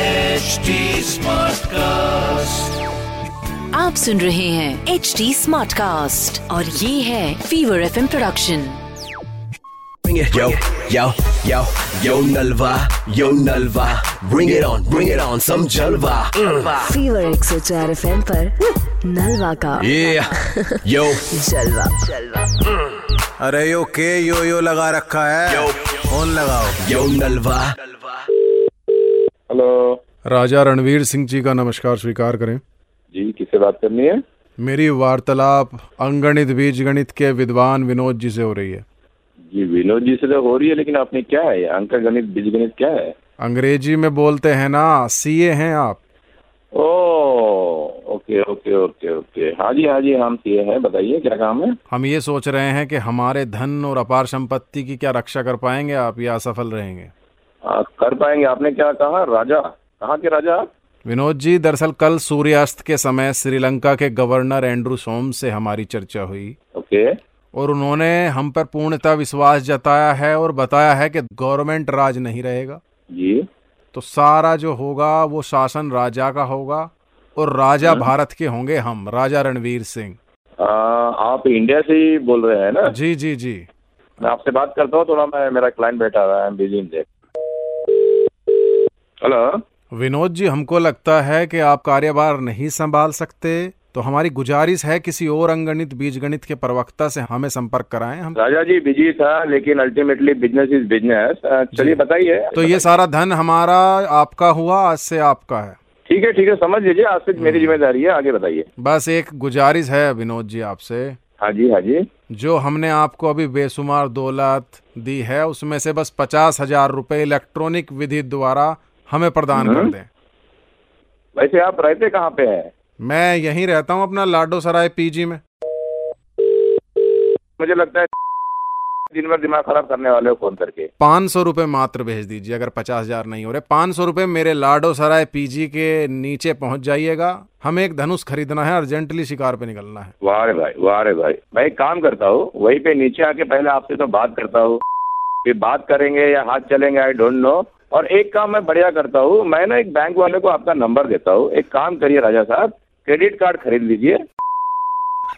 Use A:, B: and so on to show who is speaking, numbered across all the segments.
A: HD Smartcast.
B: आप सुन रहे हैं एच डी स्मार्ट कास्ट और ये है fever F production
C: Bring it. Yo, yo, yo, yo Nalva, yo Nalva. Bring it on, bring it on, some Jalva. Mm.
B: Fever एक सौ चार एफ एम नलवा का
C: Yeah, yo,
B: जलवा जलवा
D: अरे यो के यो यो लगा रखा है
C: Yo.
D: फोन लगाओ
C: yo Nalva.
E: Hello
F: Raja Ranveer Singh ji का नमस्कार स्वीकार करें
E: जी किससे बात करनी है
F: मेरी वार्तालाप अंगणित बीजगणित के विद्वान विनोद जी से हो रही है
E: जी विनोद जी से तो हो रही है लेकिन आपने क्या है अंक गणित बीज गणित क्या है
F: अंग्रेजी में बोलते हैं ना सीए हैं आप
E: ओ ओके ओके ओके ओके हाँ जी हाँ जी हम सीए हैं बताइए क्या काम है
F: हम ये सोच रहे हैं कि हमारे धन और अपार संपत्ति की क्या रक्षा कर पाएंगे आप या असफल रहेंगे
E: आ, कर पाएंगे आपने क्या कहा राजा कहाँ के राजा आप
F: विनोद जी दरअसल कल सूर्यास्त के समय श्रीलंका के गवर्नर एंड्रू सोम से हमारी चर्चा हुई
E: ओके
F: और उन्होंने हम पर पूर्णतः विश्वास जताया है और बताया है कि गवर्नमेंट राज नहीं रहेगा
E: जी
F: तो सारा जो होगा वो शासन राजा का होगा और राजा भारत के होंगे हम राजा रणवीर सिंह
E: आ, आप इंडिया से ही बोल रहे हैं ना
F: जी जी जी
E: मैं आपसे बात करता हूँ थोड़ा मैं मेरा क्लाइंट बैठा हुआ है busy in hello
F: Vinod ji हमको लगता है कि आप कार्यभार नहीं संभाल सकते तो हमारी गुजारिश है किसी और अंगणित बीजगणित के प्रवक्ता से हमें संपर्क कराएं हम
E: राजा जी बिजी था लेकिन अल्टीमेटली बिजनेस इज बिजनेस चलिए बताइए
F: तो ये सारा धन हमारा आपका हुआ आज से आपका है
E: ठीक है ठीक है समझ लीजिए आज से मेरी जिम्मेदारी है आगे बताइए
F: बस एक गुजारिश है विनोद जी आपसे
E: हाँ जी हाँ जी
F: जो हमने आपको अभी बेशुमार दौलत दी है उसमें से बस पचास हजार रुपये इलेक्ट्रॉनिक विधि द्वारा हमें प्रदान कर दें
E: वैसे आप रहते कहाँ पे हैं
F: मैं यहीं रहता हूँ अपना लाडो सराय पीजी में
E: मुझे लगता है दिन भर दिमाग खराब करने वाले हो फोन करके
F: पाँच सौ रुपये मात्र भेज दीजिए अगर पचास हजार नहीं हो रहे पाँच सौ रुपये मेरे लाडो सराय पीजी के नीचे पहुंच जाइएगा हमें एक धनुष खरीदना है अर्जेंटली शिकार पे निकलना है
E: वाह रे भाई वाह रे भाई मैं एक काम करता हूँ वहीं पे नीचे आके पहले आपसे तो बात करता हूँ फिर बात करेंगे या हाथ चलेंगे आई डोंट नो और एक काम मैं बढ़िया करता हूँ मैं ना एक बैंक वाले को आपका नंबर देता हूँ एक काम करिए राजा साहब क्रेडिट कार्ड खरीद लीजिए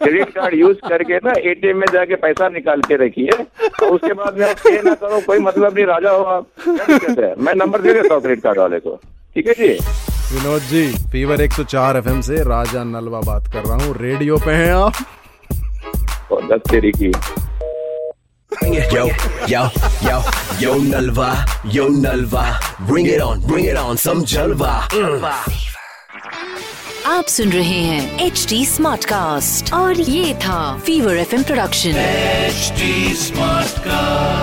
E: क्रेडिट कार्ड यूज करके ना एटीएम में जाके पैसा निकाल के रखिए और उसके बाद में आप पे ना करो कोई मतलब नहीं राजा हो आप क्या दिक्कत है? मैं नंबर दे देता हूँ क्रेडिट कार्ड वाले को ठीक है जी
F: विनोद जी फीवर 104 एफएम से राजा नलवा बात कर रहा हूँ रेडियो पे हैं आप
E: और दस तेरी की
C: Bring it. Yo, yo, yo, yo Nalva, yo Nalva. Bring it on, bring it on, some Jalva. Mm.
B: आप सुन रहे हैं एच डी स्मार्ट कास्ट और ये था fever F production
A: HD Smartcast.